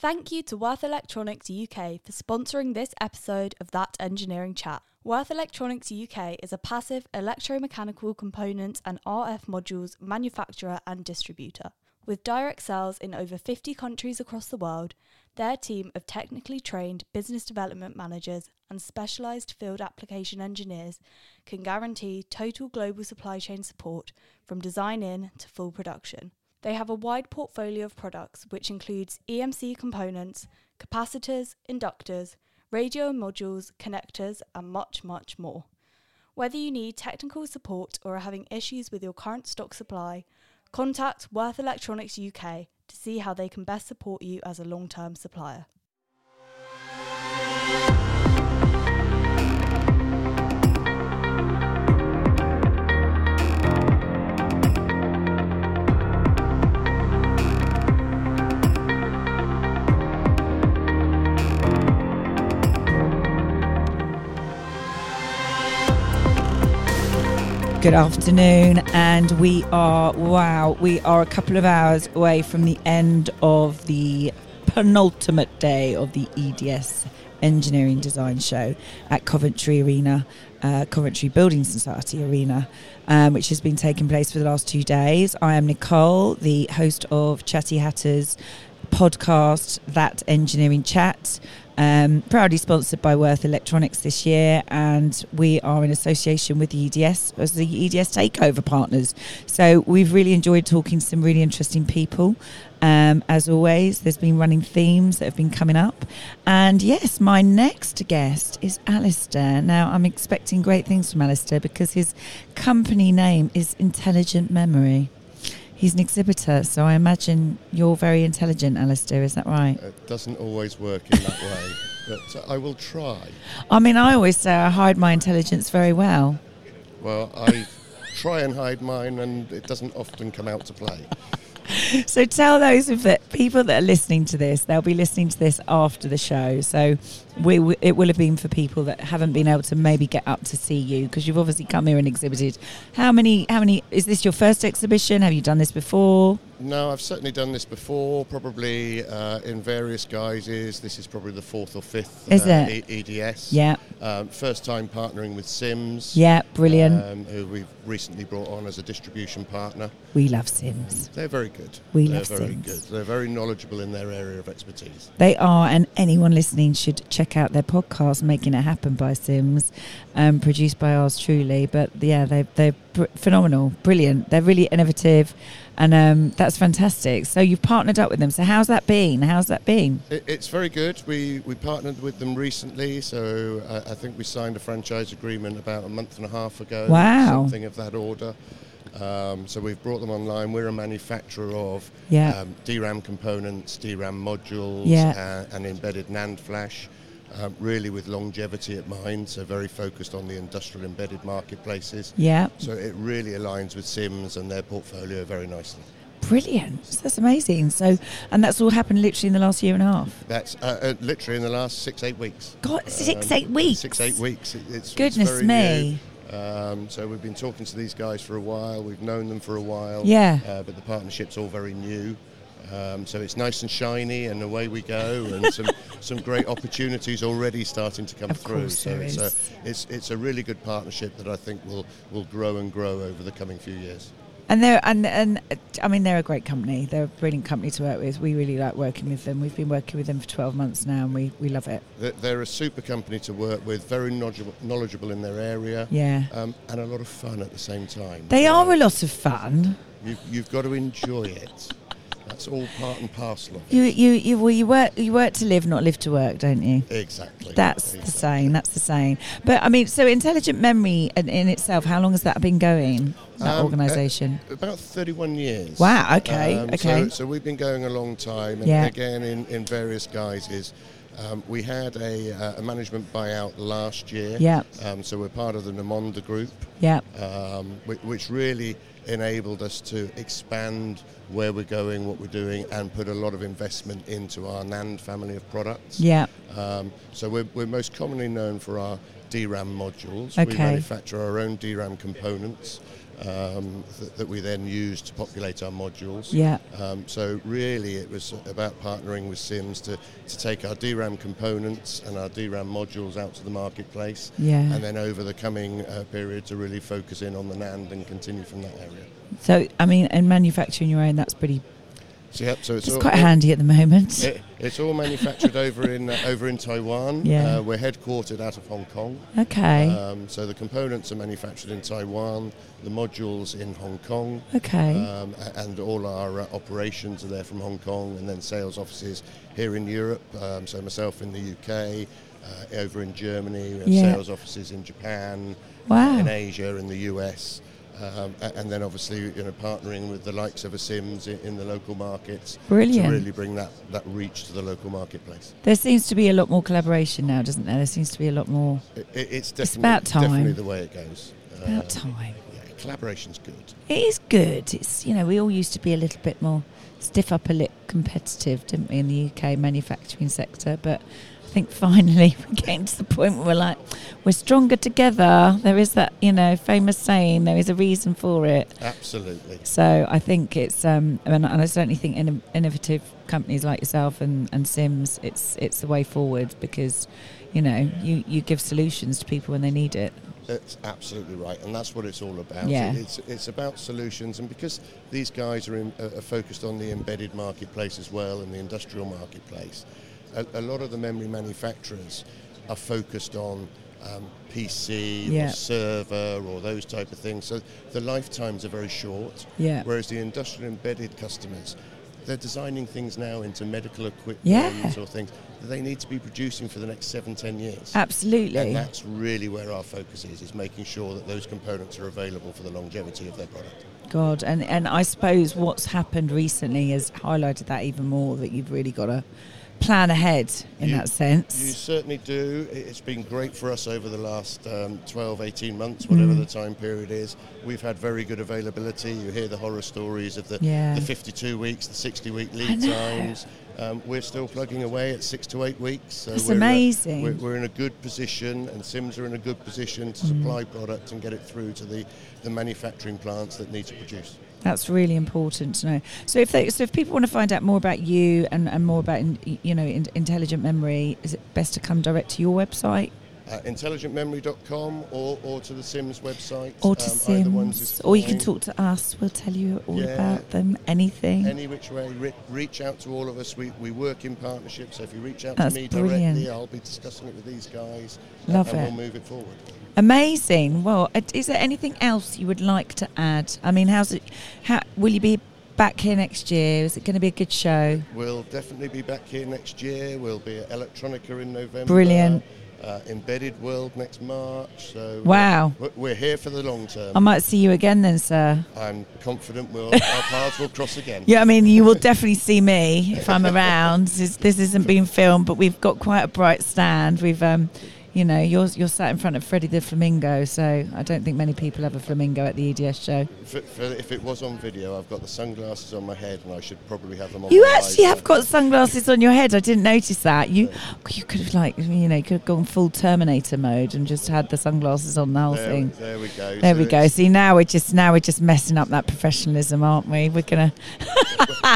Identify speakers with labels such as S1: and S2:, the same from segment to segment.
S1: Thank you to Worth Electronics UK for sponsoring this episode of That Engineering Chat. Worth Electronics UK is a passive electromechanical components and RF modules manufacturer and distributor. With direct sales in over 50 countries across the world, their team of technically trained business development managers and specialised field application engineers can guarantee total global supply chain support from design in to full production. They have a wide portfolio of products which includes EMC components, capacitors, inductors, radio modules, connectors, and much, much more. Whether you need technical support or are having issues with your current stock supply, contact Worth Electronics UK to see how they can best support you as a long term supplier.
S2: Good afternoon, and we are wow, we are a couple of hours away from the end of the penultimate day of the EDS Engineering Design Show at Coventry Arena, uh, Coventry Building Society Arena, um, which has been taking place for the last two days. I am Nicole, the host of Chatty Hatters podcast, That Engineering Chat, um, proudly sponsored by Worth Electronics this year. And we are in association with the EDS as the EDS Takeover Partners. So we've really enjoyed talking to some really interesting people. Um, as always, there's been running themes that have been coming up. And yes, my next guest is Alistair. Now, I'm expecting great things from Alistair because his company name is Intelligent Memory. He's an exhibitor, so I imagine you're very intelligent, Alistair. Is that right?
S3: It doesn't always work in that way, but I will try.
S2: I mean, I always say I hide my intelligence very well.
S3: Well, I try and hide mine, and it doesn't often come out to play.
S2: So tell those of the people that are listening to this, they'll be listening to this after the show. So we, we, it will have been for people that haven't been able to maybe get up to see you because you've obviously come here and exhibited. How many? How many? Is this your first exhibition? Have you done this before?
S3: No, I've certainly done this before, probably uh, in various guises. This is probably the fourth or fifth
S2: Is
S3: uh,
S2: it?
S3: E- EDS.
S2: Yeah,
S3: Um, first time partnering with Sims.
S2: yeah, brilliant.
S3: Um, who we've recently brought on as a distribution partner.
S2: we love Sims.
S3: They're very good.
S2: We
S3: They're
S2: love
S3: very
S2: Sims.
S3: good. They're very knowledgeable in their area of expertise.
S2: They are, and anyone listening should check out their podcast, Making It Happen by Sims, um, produced by ours truly. But yeah, they, they're br- phenomenal, brilliant. They're really innovative, and um, that's fantastic. So you've partnered up with them. So how's that been? How's that been?
S3: It, it's very good. We we partnered with them recently, so uh, I, I think we signed a franchise agreement about a month and a half ago.
S2: Wow.
S3: something of that order. Um, so we've brought them online. We're a manufacturer of
S2: Yeah.
S3: um, DRAM components, DRAM modules,
S2: Yeah.
S3: a- and embedded NAND flash. Um, really, with longevity at mind, so very focused on the industrial embedded marketplaces.
S2: Yeah,
S3: So it really aligns with Sims and their portfolio very nicely.
S2: brilliant. So that's amazing. So, and that's all happened literally in the last year and a half.
S3: That's uh, uh, literally in the last six, eight weeks.
S2: God, six,
S3: Um,
S2: eight weeks.
S3: Six, eight weeks. It- it's,
S2: Goodness
S3: it's very
S2: me.
S3: new. Um, so we've been talking to these guys for a while. We've known them for a while.
S2: Yeah.
S3: Uh, but the partnership's all very new. Um, so it's nice and shiny, and away we go, and some, some great opportunities already starting to come
S2: Of
S3: through.
S2: course
S3: so
S2: there
S3: it's
S2: is.
S3: a it's it's a really good partnership that I think will will grow and grow over the coming few years.
S2: And they're and and uh, I mean they're a great company. They're a brilliant company to work with. We really like working with them. We've been working with them for twelve months now, and we, we love it.
S3: They're- They're a super company to work with, very knowledgeable, knowledgeable in their area,
S2: Yeah,
S3: um, and a lot of fun at the same time.
S2: they
S3: So-
S2: are a lot of fun.
S3: You've, you've got to enjoy it. That's all part and parcel of
S2: You you you well, you work you work to live, not live to work, don't you?
S3: it. Exactly.
S2: That's the
S3: Exactly.
S2: saying. That's the saying. But I mean, so intelligent memory in, in itself. How long has that been going? That
S3: Um, uh,
S2: organisation.
S3: About 31 years. Um,
S2: Wow, okay,
S3: so-
S2: okay.
S3: So, we've been going a long time, and
S2: Yeah.
S3: again, in, in various guises. Um, we had a, uh, a management buyout last year.
S2: Yeah.
S3: Um, so we're part of the Namonda group,
S2: yeah.
S3: um, which, which really enabled us to expand where we're going, what we're doing, and put a lot of investment into our NAND family of products.
S2: Yeah.
S3: Um, so we're, we're most commonly known for our DRAM modules. We
S2: Okay.
S3: manufacture our own DRAM components. um, th- that we then use to populate our modules.
S2: Yeah.
S3: Um, so really, it was about partnering with Sims to, to take our DRAM components and our DRAM modules out to the marketplace,
S2: Yeah.
S3: and then over the coming uh, period to really focus in on the NAND and continue from that area.
S2: So, I mean, and manufacturing your own, that's pretty,
S3: So, yep, so it's,
S2: it's
S3: all-
S2: quite
S3: all-
S2: handy at the moment.
S3: It, it's all manufactured over in uh, over in Taiwan.
S2: Yeah.
S3: Uh, we're headquartered out of Hong Kong.
S2: okay.
S3: Um, so the components are manufactured in Taiwan, the modules in Hong Kong,
S2: okay.
S3: um, a- and all our uh, operations are there from Hong Kong, and then sales offices here in Europe. Um, so myself in the UK, uh, over in Germany, we have
S2: Yeah.
S3: sales offices in Japan,
S2: Wow.
S3: in Asia, in the US. Um, a- and then obviously, you know, partnering with the likes of a Sims in, in the local markets
S2: Brilliant.
S3: to really bring that, that reach to the local marketplace.
S2: there seems to be a lot more collaboration now, doesn't there? There seems to be a lot more.
S3: It, it- it's definitely,
S2: about time.
S3: definitely the way it goes.
S2: About
S3: Uh,
S2: time.
S3: yeah, collaboration's good.
S2: It is good. It's you know we all used to be a little bit more stiff upper lip competitive, didn't we, in the UK manufacturing sector? But I think finally we're getting to the point where we're like we're stronger together. There is that you know famous saying. There is a reason for it.
S3: Absolutely.
S2: So I think it's um and I certainly think inno- innovative companies like yourself and, and Sims it's it's the way forward because you know you you give solutions to people when they need it.
S3: That's absolutely right, and that's what it's all about.
S2: Yeah.
S3: It's, it's about solutions, and because these guys are, in, uh, are focused on the embedded marketplace as well and the industrial marketplace, a, a lot of the memory manufacturers are focused on um, PC
S2: Yeah.
S3: or server or those type of things. So the lifetimes are very short.
S2: Yeah.
S3: Whereas the industrial embedded customers, they're designing things now into medical equipment
S2: Yeah.
S3: or things that they need to be producing for the next seven, ten years.
S2: Absolutely.
S3: And that's really where our focus is, is making sure that those components are available for the longevity of their product.
S2: God, and and I suppose what's happened recently has highlighted that even more that you've really got to plan ahead in
S3: You-
S2: that
S3: You
S2: sense.
S3: certainly do. I- It's been great for us over the last um, 12, 18 months, whatever
S2: Mm.
S3: the time period is. We've had very good availability. You hear the horror stories of the,
S2: Yeah.
S3: the 52 weeks, the 60 week lead
S2: know.
S3: times. Um, we're still plugging away at six to eight weeks. So
S2: That's
S3: we're, uh,
S2: amazing.
S3: we're, we're in a good position, and Sims are in a good position
S2: Mm.
S3: to supply product and get it through to the, the manufacturing plants that need to produce.
S2: That's really important to know. So if they, so if people want to find out more about you and, and more about in, you know in, intelligent memory, is it best to come direct to your website
S3: uh, intelligentmemory.com or, or to the Sims website.
S2: or to
S3: Um, either one's
S2: Sims,
S3: is
S2: or you can
S3: fine.
S2: talk to us. We'll tell you all
S3: Yeah.
S2: about them. Anything.
S3: Any which way, re- reach out to all of us. We, we work in partnership, so if you reach out
S2: That's
S3: to me
S2: brilliant.
S3: directly, I'll be discussing it with these guys uh,
S2: Love
S3: and
S2: it.
S3: we'll move it forward.
S2: Amazing. Well, uh, is there anything else you would like to add? I mean, how's it? How will you be back here next year? Is it going to be a good show?
S3: We'll definitely be back here next year. We'll be at Electronica in November.
S2: Brilliant.
S3: Uh, Embedded World next March. So
S2: Wow.
S3: we're, we're here for the long term.
S2: I might see you again then, sir.
S3: I'm confident we'll, our paths will cross again.
S2: Yeah, I mean, you will definitely see me if I'm around. This, is- this isn't being filmed, but we've got quite a bright stand. We've, um, you know, you're you're sat in front of Freddie the flamingo, so I don't think many people have a flamingo at the EDS show.
S3: For, for, if it was on video, I've got the sunglasses on my head, and I should probably have them on.
S2: You
S3: my eyes,
S2: actually have
S3: but-
S2: got sunglasses on your head. I didn't notice that. You you could have like you know you could have gone full Terminator mode and just had the sunglasses on the whole
S3: There,
S2: thing.
S3: there we go.
S2: There
S3: So
S2: we go.
S3: it's-
S2: See now we're just now we're just messing up that professionalism, aren't we? We're gonna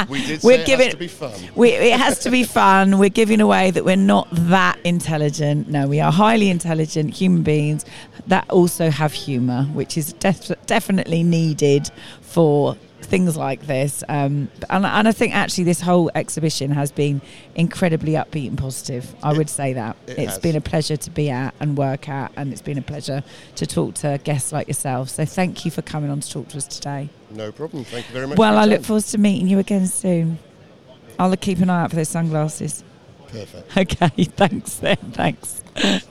S3: We did
S2: We're
S3: say
S2: giving-
S3: it has to be fun.
S2: we, it has to be fun. We're giving away that we're not that intelligent. No, we are highly intelligent human beings that also have humour, which is def- definitely needed for things like this. Um, and, and I think actually this whole exhibition has been incredibly upbeat and positive. I would say that.
S3: it
S2: it's
S3: has.
S2: been a pleasure to be at and work at, and it's been a pleasure to talk to guests like yourself. So thank you for coming on to talk to us today.
S3: No problem. Thank you very much.
S2: Well,
S3: for
S2: I
S3: your
S2: look forward to meeting you again soon. I'll keep an eye out for those sunglasses.
S3: time. Perfect.
S2: Okay, thanks then. Thanks.